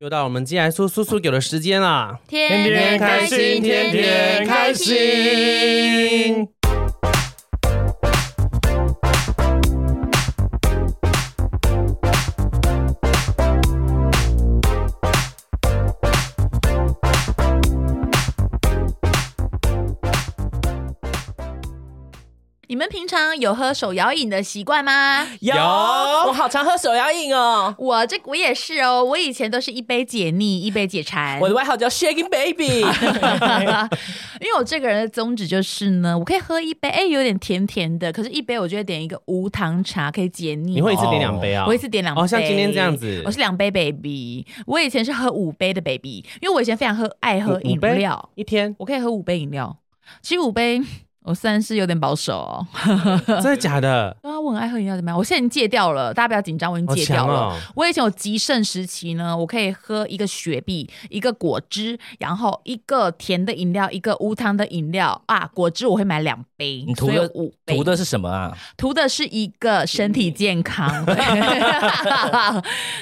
又到我们既然说叔叔给的时间啊啦！天天开心天天开心。你们平常有喝手摇饮的习惯吗？有，有我好常喝手摇饮哦。我这我也是哦，我以前都是一杯解腻，一杯 解馋。我的外号叫 Shaking Baby，因为我这个人的宗旨就是呢，我可以喝一杯，哎、有点甜甜的，可是一杯我就会点一个无糖茶，可以解腻。哦你会一次点两杯啊？我一次点两杯，哦，像今天这样子我，是两杯 baby。我以前是喝五杯的 baby，因为我以前非常喝爱喝五饮杯料，一天我可以喝五杯饮料。其实五杯我算是有点保守哦。哦真的假的？对啊，我很爱喝饮料，怎么样？我现在已经戒掉了，大家不要紧张，我已经好戒掉强了。哦！我以前有极盛时期呢，我可以喝一个雪碧，一个果汁，然后一个甜的饮料，一个无糖的饮料啊。果汁我会买两杯你，图所以的有五杯。图的是什么啊？图的是一个身体健康。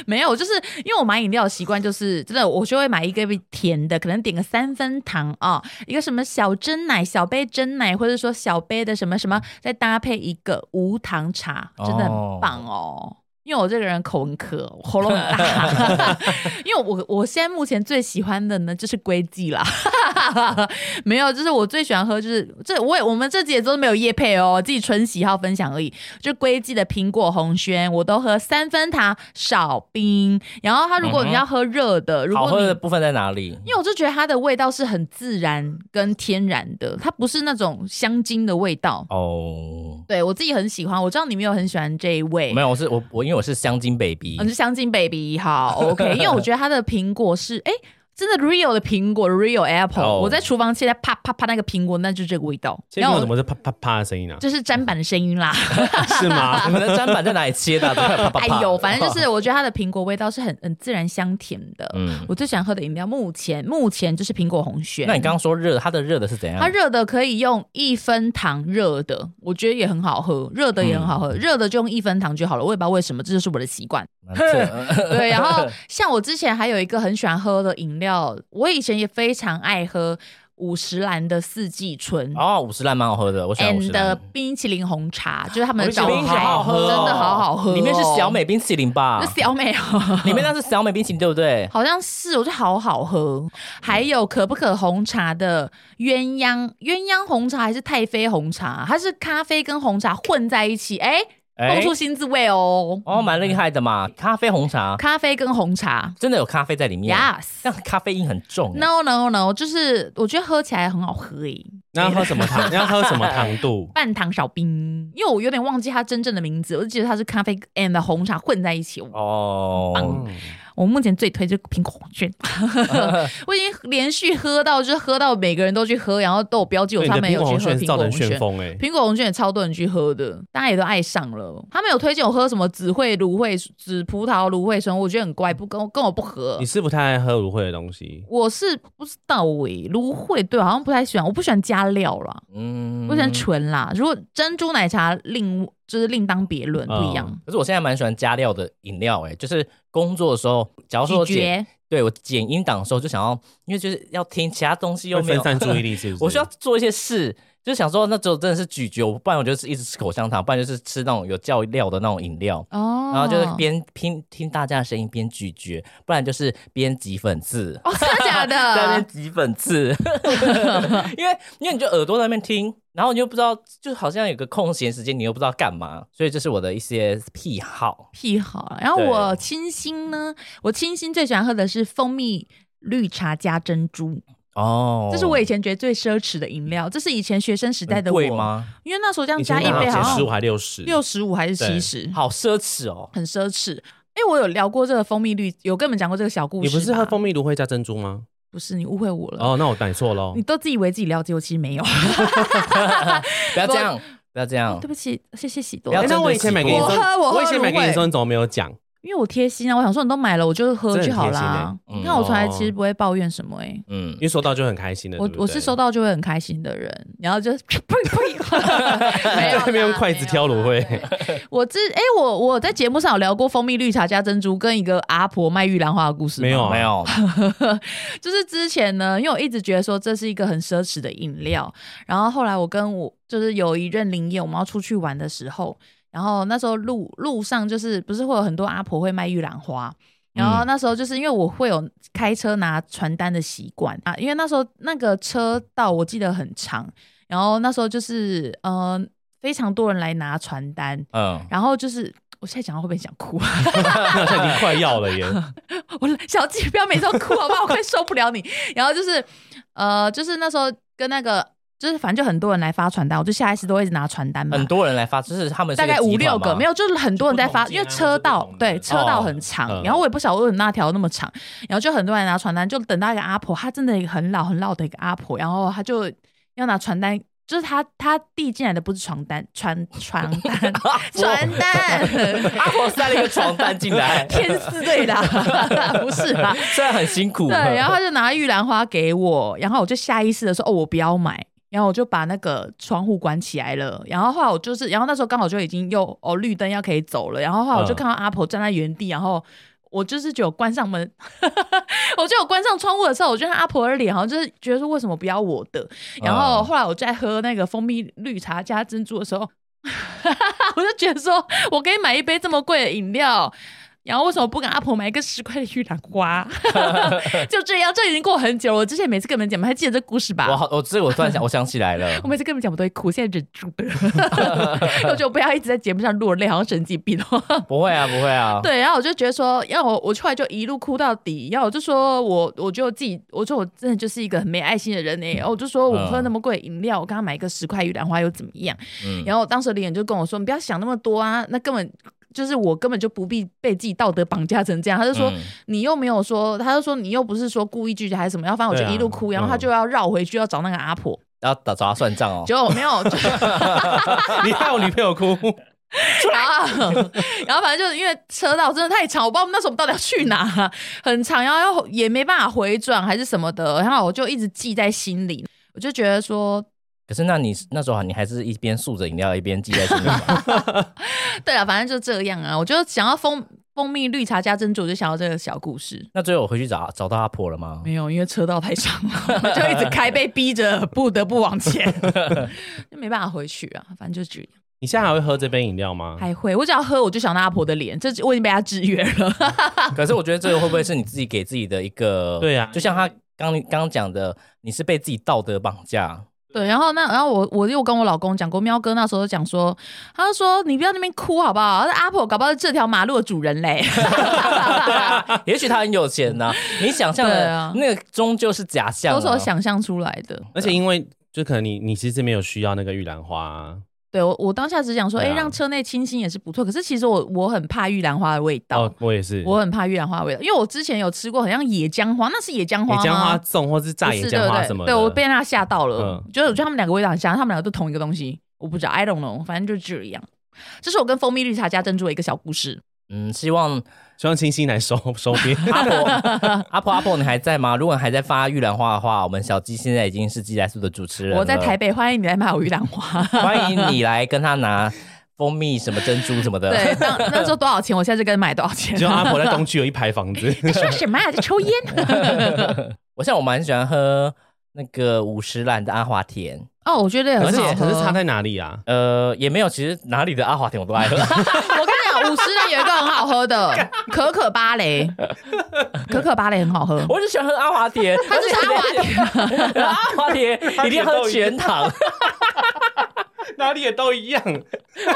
没有，就是因为我买饮料的习惯就是真的，我就会买一个甜的，可能点个三分糖啊、一个什么小蒸奶、小杯蒸奶，或者说小杯的什么什么，再搭配一个无糖茶，真的很棒哦。因为我这个人口很渴，我喉咙很大，因为我我现在目前最喜欢的呢就是龟记啦， 没有，就是我最喜欢喝，就是这我也我们这几也都没有夜配哦，自己纯喜好分享而已。就龟记的苹果红轩，我都喝三分糖少冰。然后它如果嗯哼你要喝热的，如好果喝你的部分在哪里？因为我就觉得它的味道是很自然跟天然的，它不是那种香精的味道。哦，对我自己很喜欢，我知道你没有很喜欢这一味没，有，我是我我因为我是香精 baby，我是香精 baby 好 OK，因为我觉得它的苹果是哎。真的 real 的苹果，real apple，、哦我在厨房切在啪啪啪那个苹果，那就是这个味道。现在我我怎么是啪啪啪的声音呢？啊就是砧板的声音 啦。是吗？ 你们的砧板在哪里切的啊？啪啪啪啊哎呦，反 正就是我觉得它的苹果味道是很很自然香甜的。嗯，我最喜欢喝的饮料，目前目前就是苹果红轩。那你刚刚说热，它的热的是怎样？它热的可以用一分糖热的，我觉得也很好喝，热的也很好喝，嗯热的就用一分糖就好了。我也不知道为什么，这就是我的习惯。蛮 热， 对，然后像我之前还有一个很喜欢喝的饮料，我以前也非常爱喝五十岚的四季春。哦，五十兰蛮好喝的，我喜欢五十 and 兰。冰淇淋红茶，就是他们的招哦牌，冰淇淋好好喝哦真的好好喝哦、里面是小美冰淇淋吧那？小美哦，里面那是小美冰淇淋对不对？好像是，我觉得好好嗯喝。还有可不可红茶的鸳鸯鸳鸯红茶还是太妃红茶？它是咖啡跟红茶混在一起，哎、哎弄出新滋味哦。哦，蛮厉害的嘛，咖啡红茶咖啡跟红茶真的有咖啡在里面， ，yes。但咖啡因很重欸。 No no no，就是我觉得喝起来很好喝诶，那要喝什么 糖？你要喝什么糖度？半糖少冰，因为我有点忘记它真正的名字，我就记得它是咖啡 and 红茶混在一起。我哦，嗯我目前最推就是苹果红 卷，我已经连续喝到，就是喝到每个人都去喝，然后都有标记我哎对你上的面苹有果去红喝轩苹是果造红成旋卷。风哎，苹果红卷也超多人去喝的，大家也都爱上了。哦他们有推荐我喝什么紫惠芦荟、紫葡萄芦荟霜，我觉得很怪，不跟我跟我不合你。是不太爱喝芦荟的东西，我是不知道诶、芦荟对，好像不太喜欢，我不喜欢加料啦，嗯我喜欢纯啦。如果珍珠奶茶另就是另当别论，不一样。可是我现在蛮喜欢加料的饮料、欸，就是工作的时候，假哦如说我咀剪，嚼对我剪音档的时候，就想要，因为就是要听其他东西又会没有分散注意，力是不是？ 我需要做一些事，就想说那只有真的是咀嚼，不然我就是一直吃口香糖，不然就是吃那种有叫料的那种饮料。哦，然后就是边听听大家的声音边咀嚼，不然就是边挤粉刺，哦， 真的假的？ 在那边挤粉刺， 因为因为你就耳朵在那边听，然后你又不知道，就好像有个空闲时间，你又不知道干嘛，所以这是我的一些癖好。癖好啊。然后对我清新呢，我清新最喜欢喝的是蜂蜜绿茶加珍珠，哦，这是我以前觉得最奢侈的饮料。这是以前学生时代的我，贵吗？因为那时候这样以加前一多少杯钱？好十五像还六十？六十五还是七十，好奢侈哦。很奢侈。哎，我有聊过这个蜂蜜绿，有跟你们讲过这个小故你事吧。不是喝蜂蜜芦荟加珍珠吗？ 不是你误会我了。哦，那我买错喽你。都自以为自己了解，我其实没有。 不要这样，不要这样对。不起，谢谢喜多不要哎，这，那样我以前买给你我说，喝我喝以前买给芦你荟说，你怎么没有讲？因为我贴心啊，我想说你都买了，我就喝就好真的很贴啦心。欸嗯看我从来其实不会抱怨什么哎、欸嗯因，为收到就很开心的。我对不对我是收到就会很开心的人，然后就 呸 呸，没有在那边用筷子挑了芦荟。没有啦对我之哎、我我在节目上有聊过蜂蜜绿茶加珍珠跟一个阿婆卖玉兰花的故事吗没有啊没有， 就是之前呢，因为我一直觉得说这是一个很奢侈的饮料，然后后来我跟我就是有一任林业，我们要出去玩的时候，然后那时候路路上就是不是会有很多阿婆会卖玉兰花。然后那时候就是因为我会有开车拿传单的习惯啊，因为那时候那个车道我记得很长，然后那时候就是呃非常多人来拿传单，嗯，然后就是我现在讲到会不会想哭？啊那好像已经快要了耶。我小姐不要每次都哭好不好？我快受不了你。然后就是，呃，就是那时候跟那个，就是反正就很多人来发传单，我就下意识都会一直拿传单嘛 很。多人来发，就是他们是大一个概五集团六个，吗没有，就是很多人在发，就不同因为间啊车或者道不同的对车道很长，嗯然后我也不晓得为什么那条那么长，然后就很多人拿传单，就等到一个阿婆，她真的一个很老很老的一个阿婆，然后她就要拿传单，就是她她递进来的不是传单，传传 单 传单，，啊阿婆塞了一个床单进来 天赐对啦，不是吧？虽然很辛苦，对，然后他就拿玉兰花给我，然后我就下意识的说：“哦，我不要买。”然后我就把那个窗户关起来了。然后后来我就是，然后那时候刚好就已经又哦绿灯要可以走了。然后后来我就嗯看到阿婆站在原地，然后我就是就有关上门， 我就有关上窗户的时候，我就看阿婆的脸，好像就是觉得说为什么不要我的。然后嗯后来我在喝那个蜂蜜绿茶加珍珠的时候， 我就觉得说我可以买一杯这么贵的饮料。然后为什么不跟阿婆买一个十块的玉兰花？ 就这样，这已经过很久了。我之前每次跟你们讲，你们还记得这故事吧？我好，我这个我突然想，我想起来 了我，每次跟你们讲，我都会哭，现在忍住了。 我觉得我不要一直在节目上落泪，好像神经病哦。 不会啊，不会啊，对，然后我就觉得说，要我我后来就一路哭到底，然后我就说我我觉得我自己，我说我真的就是一个很没爱心的人欸呢、然后我就说我喝那么贵的饮料，我刚刚买一个十块玉兰花又怎么样？嗯然后当时林演就跟我说，你不要想那么多啊，那根本。就是我根本就不必被自己道德绑架成这样，他就说、嗯你又没有说，他就说你又不是说故意拒绝还是什么，然后反正我对就啊一路哭，然后他嗯就要绕回去要找那个阿婆，要打找他算账哦，结果我没有， 就 你害我女朋友哭， 然后，然后反正就是因为车道真的太长，我不知道我们那时候到底要去哪、很长，然后又也没办法回转还是什么的，然后我就一直记在心里，我就觉得说，可是那你那时候啊你还是一边竖着饮料一边记在心 里吧，对啊，反正就这样啊，我就想要蜂蜂蜜绿茶加珍珠，我就想要这个小故事。那最后我回去找找到阿婆了吗？没有，因为车道太长了， 我就一直开，被逼着不得不往 前，就没办法回去啊。反正就这样，你现在还会喝这杯饮料吗？还会，我只要喝我就想到阿婆的脸，这我已经被她制约了。 可是我觉得这个会不会是你自己给自己的一个？对啊就像他刚刚刚讲的，你是被自己道德绑架，对，然后那然后我我又跟我老公讲过，喵哥那时候讲说，他就说你不要那边哭好不好？那阿婆搞不好是这条马路的主 人嘞。也许他很有钱呐、你想象啊对的、啊那个终究是假象、啊，都是我想象出来的。而且因为就可能你你其实没有需要那个玉兰花啊、对我我当下只想说，哎、对啊让车内清新也是不错。可是其实我我很怕玉兰花的味道。哦，我也是。我很怕玉兰花的味道，因为我之前有吃过，好像野姜花，那是野姜花野吗？姜花粽或是不炸野是姜花对什不么对？的，对我被他吓到了，嗯觉得我觉得他们两个味道很像，他们两个都同一个东西，我不知道，I don't know，反正就这样。这是我跟蜂蜜绿茶加珍珠的一个小故事。嗯，希望希望清新来收 收编。 阿婆阿婆阿婆你还在吗？如果你还在发玉兰花的话，我们小鸡现在已经是鸡来素的主持人啊了，我在台北，欢迎你来买我玉兰花。 欢迎你来跟他拿蜂蜜、什么珍珠什么的。对，当那时候多少钱，我现在就跟你买多少钱。 就阿婆在东区有一排房 子，在说什么啊？在抽烟？我像我蛮喜欢喝那个五十兰的阿华田， 哦，我觉得也可很是好喝。可是 差在哪里啊？呃，也没有，其实哪里的阿华田我都爱喝。 我跟你讲，五十人有一个很好 喝的可可芭蕾，可可芭蕾很好喝。 我就喜欢喝阿华田，它就是阿华田，阿华田一定要喝全糖， 哪里也都一样，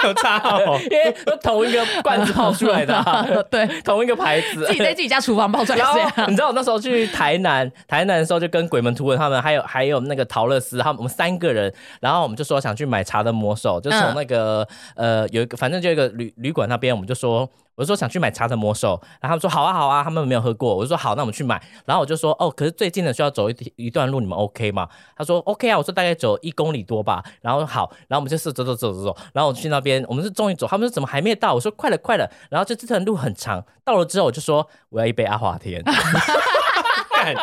有差 哦。因为都同一个罐子跑出来的啊、对，同一个牌子。自己在自己家厨房爆出来然这后样。你知道我那时候去台南，台南的时候就跟鬼门图文他们，还有还有那个陶乐斯，他们我们三个人，然后我们就说想去买茶的魔手，就从那个、呃有一个反正就有一个旅旅馆那边，我们就说。我就说想去买茶的魔手，然后他们说好啊好啊，他们没有喝过，我就说好，那我们去买。然后我就说哦，可是最近的需要走一一段路，你们 OK 吗？他说 OK 啊，我说大概走一公里多吧。然后好，然后我们就是走走走走走，然后我去那边，我们是终于走，他们说怎么还没到？我说快了快了。然后就这段路很长，到了之后我就说我要一杯阿华田。干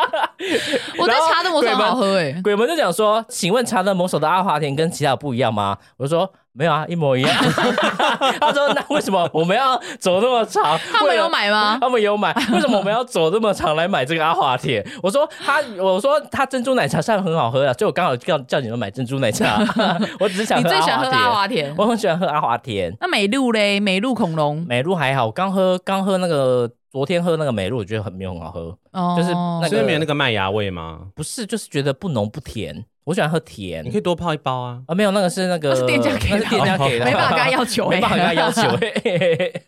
我觉得茶的魔手很好喝哎、鬼门就讲说，请问查德魔手的阿华田跟其他有不一样吗？我就说没有啊，一模一样。 他说那为什么我们要走那么长？他们为了有买吗？他们有买，为什么我们要走那么长来买这个阿华田？我说他，我说他珍珠奶茶虽然很好喝啊，所以我刚好叫叫你们买珍珠奶茶。 我只是想你喝最阿喜欢华喝田，阿华田？我很喜欢喝阿华田。那美露嘞？美露恐龙美露还好，我刚喝刚喝那个昨天喝那个美露，我觉得很没有很好喝，哦，就是那个所以没有那个麦芽味吗？不是就是觉得不浓不甜，我喜欢喝甜你。可以多泡一包啊。啊，没有，那个是那个那是店家给的哦那是店家给的，没办法跟 他要求欸没办法跟他要求 欸。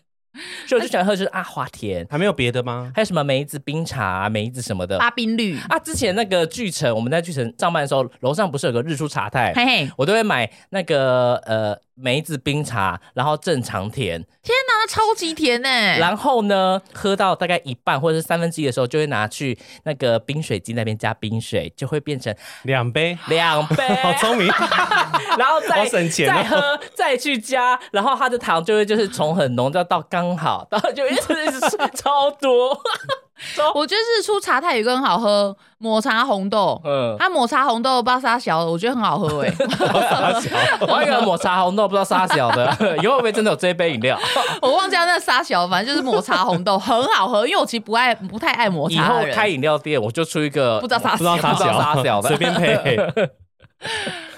所以我就喜欢喝就是阿华田，还没有别的吗？还有什么梅子冰茶啊、梅子什么的巴宾绿，啊。之前那个巨城，我们在巨城上班的时候，楼上不是有个日出茶太，嘿嘿，我都会买那个呃梅子冰茶，然后正常甜，那超级甜哎、然后呢喝到大概一半或者是三分之一的时候，就会拿去那个冰水机那边加冰水，就会变成两 杯，两杯，好聪明，然后再好省钱哦再喝，再去加，然后它的糖就会就是从很浓到到刚好，然后就一直一直吃超多，哦我觉得日出茶太有一个很好喝，抹茶红豆，嗯。它抹茶红豆巴沙小，我觉得很好喝哎、 我有一个抹茶红豆，不知道沙小的， 以后会不会真的有这一杯饮料？ 我忘记它那沙小，反正就是抹茶红豆很好喝，因为我其实不爱不太爱抹以茶后的人，开饮料店，我就出一个不知道沙不知道小，啥不知道啥小小，的随便配。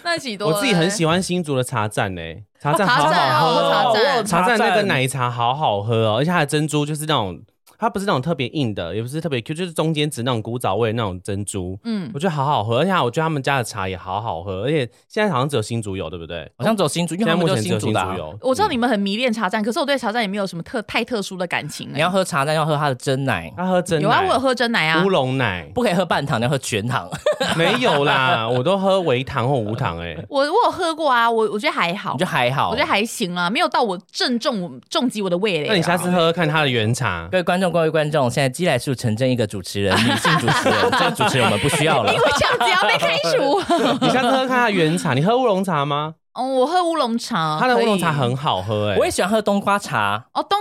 那几多我自己很喜欢欢新竹的茶站诶，茶站茶好站好哦喝茶哦站。我有茶站那个站奶茶好好喝哦，而且它的珍珠就是那种，它不是那种特别硬的，也不是特别 Q，就是中间值那种古早味的那种珍珠，嗯嗯，我觉得好好喝，而且我觉得他们家的茶也好好喝，而且现在好像只有新竹有，对不对？好像走新竹，因现为在他们目就前是只有新竹新的竹啊。有，我知道你们很迷恋茶站，可是我对茶站也没有什么特太特殊的感情、欸。你要喝茶，但要喝它的真奶，他喝真奶，有啊，我有喝真奶啊乌。龙奶， 不可以喝半糖，你要喝全糖。 没有啦，我都喝微糖或无糖欸诶。我我有喝过啊，我我觉得还好我觉，得还好。我觉得还行啊，没有到我正中重击我的味蕾啊。那你 下次喝喝看它的原茶各，位观众，各位观众，现在鸡来树成真一个主持人，女性主持人，这个主持人我们不需要了因。为这样子要被开除。 你下次喝喝看它的原茶，你喝乌龙茶吗？嗯，我喝乌龙茶，它的乌龙茶可以很好喝欸诶。我也喜欢喝冬瓜茶，哦冬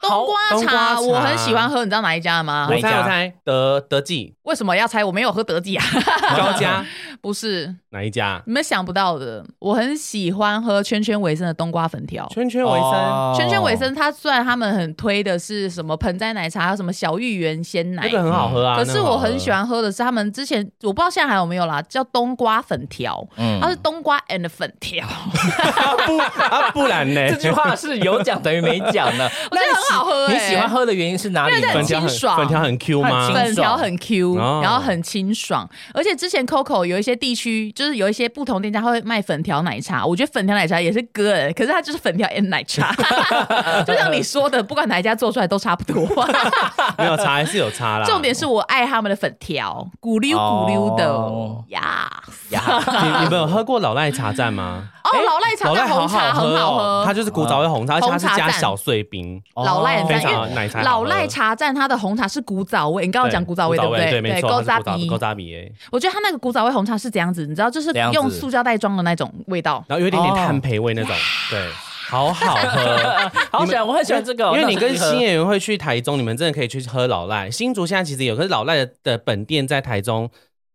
冬瓜冬瓜茶，茶我很喜欢喝，你知道哪一家的吗哪我一？猜家我猜德德记 为什么要猜？我没有喝德记啊， 高家不是哪一家？你们想不到的，我很喜欢喝圈圈维生的冬瓜粉条。圈圈维生，哦圈圈维生，它虽然他们很推的是什么盆栽奶茶，还有什么小芋圆鲜奶那，个很好喝啊。嗯可是那个好我喝很喜，欢喝的是他们之前我不知道现在还有没有啦，叫冬瓜粉条，嗯它是冬瓜 and 粉条，啊不啊不然呢？ 哎这句话是有讲等于没讲 呢。我觉得很好喝。你欸喜欢喝的原因是哪里因为呢很粉？条很清爽粉条很 Q 吗很清？爽粉条很 Q，、啊哦然后很清爽，而且之前 Coco 有一些地区，就是有一些不同店家会卖粉条奶茶，我觉得粉条奶茶也是 good，可是欸它就是粉条 and 奶茶， 就像你说的，不管哪一家做出来都差不多。没有差还是有差啦。重点是我爱他们的粉条，骨溜骨溜哦的呀。呀，你你们有喝过老赖茶站吗？哦， 老赖茶老赖跟红好茶喝很好哦，它喝，就是古早味红茶，而且它是红茶加蘸小碎冰，老赖很非赞因为常奶茶好喝。老赖茶站它的红茶是古早味，你刚刚有讲古早味对对不对，没错，勾它扎是古早比勾，扎比耶，我觉得它那个古早味红茶是怎样子，你知道，就是怎样子用塑胶袋装的那种味道。然后有一点点哦炭焙味那种，对，好好喝。好喜 欢，我很喜欢这个哦。因为你跟那新我喜欢演员会去台中，你们真的可以去喝老赖。新竹现在其实有，可是老赖的的本店在台中，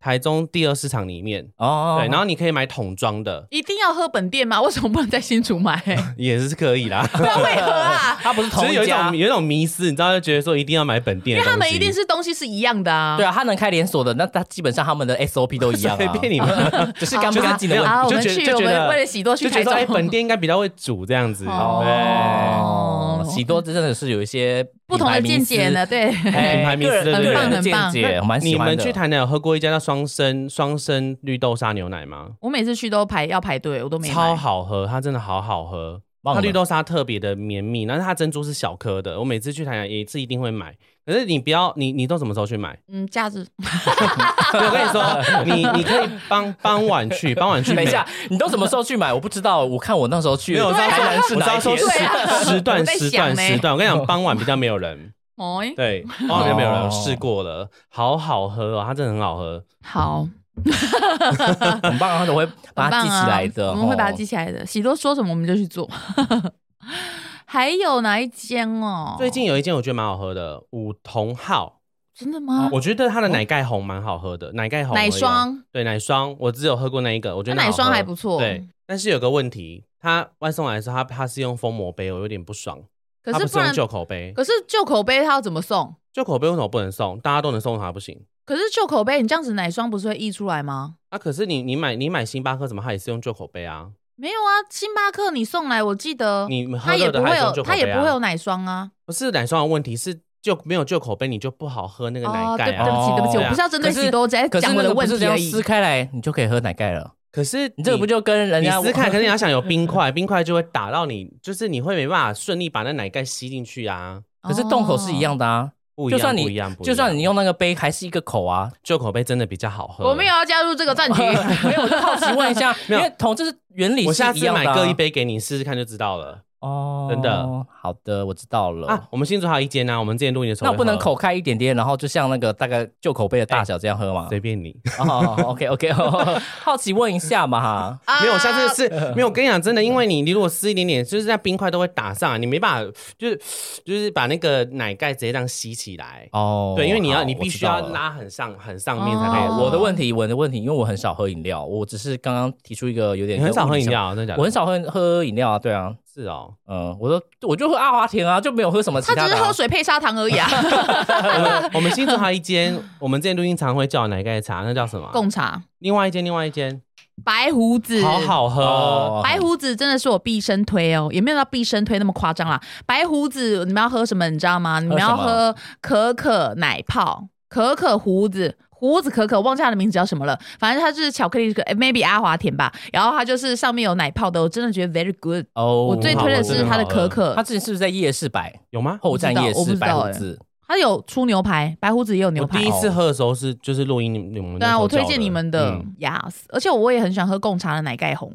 台中第二市场里面。哦，对，然后你可以买桶装的，一定要喝本店吗？为什么不能在新 竹买？也是可以 啦。不知道为何啊？它不是只同是有一一家种。有一种迷思，你知道，就觉得说一定要买本店因的为东西，他们一定是东西是一样的啊。对啊，它能开连锁的，那它基本上他们的 SOP 都一样 随啊。便你们，只是干不干净的问题。啊，我就们觉得去，就我觉得们为了喜多去就台觉得哎，中。本店应该比较会煮这样子。哦哦哦，喜多这真的是有一些 不同的品牌见迷思解呢，，对， 哎 品牌迷思个人对对对个人的很棒见解，我蛮喜你欢的。们去台南有喝过一家叫双生双生绿豆沙牛奶吗？我每次去都排要排队，我都没买超好喝，它真的好好喝。忘它了绿豆沙特别的绵密，但是它珍珠是小颗的。我每次去台南也是一定会买，可是你不要你你都什么时候去买？嗯，假日对我跟你说，你你可以傍傍晚去，傍晚去等每。一下，你都什么时候去买？我不知道，我看我那时候去没有，我知道台南是我知哪道一说天时。对啊时我段在时想段呢时段，我跟你讲，傍晚比较没有人，哦，对，傍晚比较没有人哦我试过了，好好喝哦，它真的很好喝。好，很棒，他都会把很它棒记啊起来的。哦我们会把它吼记起来的。喜多说什么我们就去做。 还有哪一间哦？哦最近有一间我觉得蛮好喝的，五同号，真的吗？啊我觉得它的奶盖红蛮好喝的，奶盖红而已哦奶霜，对奶霜，我只有喝过那一个，我觉那得奶霜还不不错，对，，但是有个问题，它外送来的时候，它它是用封膜杯，我有点不爽。可它是不是然用旧口碑，可是旧口碑它要怎么送？旧口碑为什么不能送？大家都能送，它不行？可是旧口碑你这样子奶霜不是会溢出来吗？啊，可是你你买你买星巴克，怎么它也是用旧口碑啊？没有啊，星巴克你送来，我记得你们喝它也热不的会还是有用旧，口它碑也不会有啊？奶霜啊。不是奶霜的问题，是就没有旧口碑，你就不好喝那个奶哦，对，盖对啊。不起，对不起，哦我不是要针对许多，我只在可是哎讲我那的个问不是题这而样已撕。开来，你就可以喝奶盖了。可是你这个不就跟人你家撕开？可是你要想有冰块， 冰块就会打到你，就是你会没办法顺利把那奶盖吸进去啊。 可哦是洞口是一样的啊，不一就样，算不你一样，不一就算样你用那个杯，还是一个 口啊。旧口碑真的比哦较好喝。我们也要加入这 个战局。没有，我就好奇问一下，没因有为同这是原理我是下一次样的买啊各一杯给你试试看就知道了哦，真的。好的，我知道了。啊。我们新竹还有一间啊，我们之前录音的时候那会我喝，不能口开一点点，然后就像那个大概旧口杯的大小这样喝吗？随便你。哦，OK OK，好 奇问一下嘛哈。 没有，我下次啊就是没有。我跟你讲，真的，因为你你如果撕一点点，就是在冰块都会打上来，你没办法，就是就是把那个奶盖直接这样吸起来。哦，对，因为你要好你必须要。我知道了哎拉很上很上面才可以哦喝。我的问题，我的问题，因为我很少喝饮料，我只是刚刚提出一个有点你很少喝饮跟物理料啊，真的上，假的？我很少喝喝饮料啊，对啊，是哦，嗯，我都我就喝阿华田啊，就没有喝什么其他只的是啊喝水配砂糖而 已啊，我们新竹还有一间，我们之前录音常会叫奶盖茶，那叫什么啊？贡茶另外一间，另外一间，白胡子，好好喝哦。哦白胡子真的是我毕生推哦，也没有到毕生推那么夸张啦。白胡子，你们要喝什么？你知道吗？你们要喝可可奶泡、可可胡子、胡子可可，忘记它的名字叫什么了。反正它就是巧克力可、诶 m a y b e 阿华田吧。然后它就是上面有奶泡的，我真的觉得 very good。哦，我最推的是它的可好可他，之前是不是在夜市摆有吗？后站夜我不市知摆道欸胡子？它有出牛排，白胡子也有牛我排哦第。一次喝的时候是就是录音你们那对时啊，候我推叫荐你们的嗯 yes，而且我也很喜欢喝贡茶的奶盖红。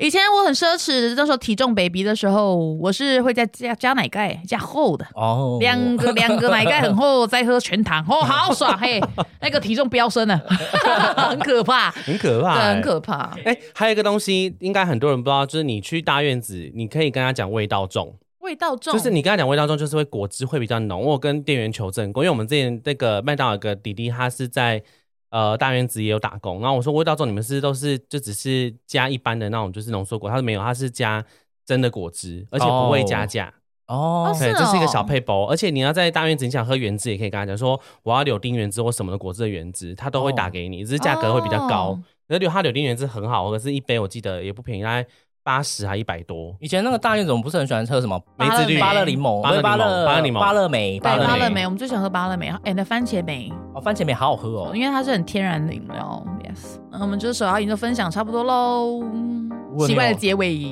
以前我很奢侈，那时候体重 baby 的时候，我是会再加加奶盖加厚的。哦，两个两个奶盖很厚，再喝全糖，哦，好爽嘿！那个体重飙升了，很可怕，很可怕对，欸，很可怕。哎、还有一个东西，应该很多人不知道，就是你去大院子，你可以跟他讲味道重，味道重，就是你跟他讲味道重，就是会果汁会比较浓。我有跟店员求证过，因为我们之前那个麦当劳有个弟弟，他是在呃大院子也有打工，然后我说味道重，你们是都是就只是加一般的那种就是浓缩果，他说没有，他是加真的果汁，而且不会加价。哦哦，对，是这是一个小配包，而且你要在大院子，你想喝原汁，也可以跟他讲说我要柳丁原汁或什么的果汁的原汁，他都会打给你，只是价格会比较高哦。而且它柳丁原汁很好喝，可是一杯我记得也不便宜，大概八十还一百多。以前那个大院总不是很喜欢喝什么梅子绿芭乐柠檬、芭乐柠檬巴乐芭乐柠檬芭乐梅、对芭芭乐乐莓莓，我们最喜欢喝芭乐莓，哎，那番茄莓，哦，番茄莓好好喝哦 因。为它是很天然的饮料，yes。那我们就是手摇饮就分享差不多喽，果奇你有怪的结尾，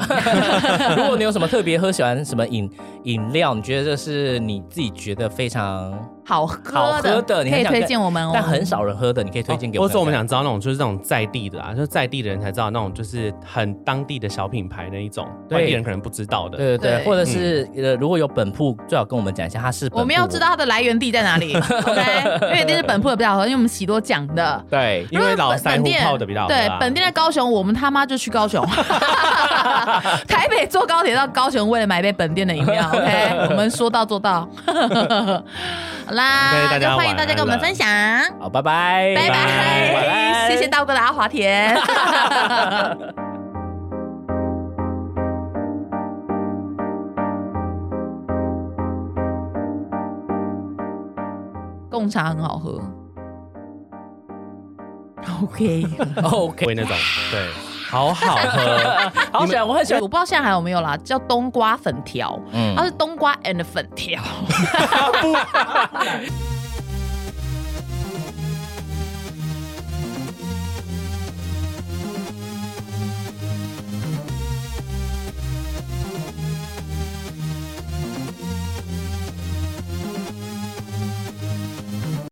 如果你有什么特别喝喜欢什么饮饮料，你觉得这是你自己觉得非常好好喝喝的，的，你可很以想推荐我们哦，但很少人喝的，你可以推荐给我哦或者我们看看。们想知道那种就是那种在地的啊，就是在地的人才知道那种就是很当地的小品牌那一种，对外地人可能不知道的。嗯对对对，对或者是呃，如果有本铺，最好跟我们讲一下它是本铺我们要知道它的来源地在哪里，OK？因为一定是本铺的比较好喝，因为我们喜多讲的。对。因为老本三本胡店泡的比较好喝对啊，本店在高雄，我们他妈就去高 雄，台北坐高铁到高雄，为了买杯本店的饮料。OK，我 们说到做到。 好啦 OK，大家啊就欢迎大家跟我们分享，好，拜拜，拜晚拜，安谢谢大哥的阿华田。 贡茶很好喝。OK， OK，会那种对，好好 喝。 好喜欢，我很喜欢。我不知道现在还有没有啦，叫冬瓜粉条，嗯它是冬瓜 and 粉条。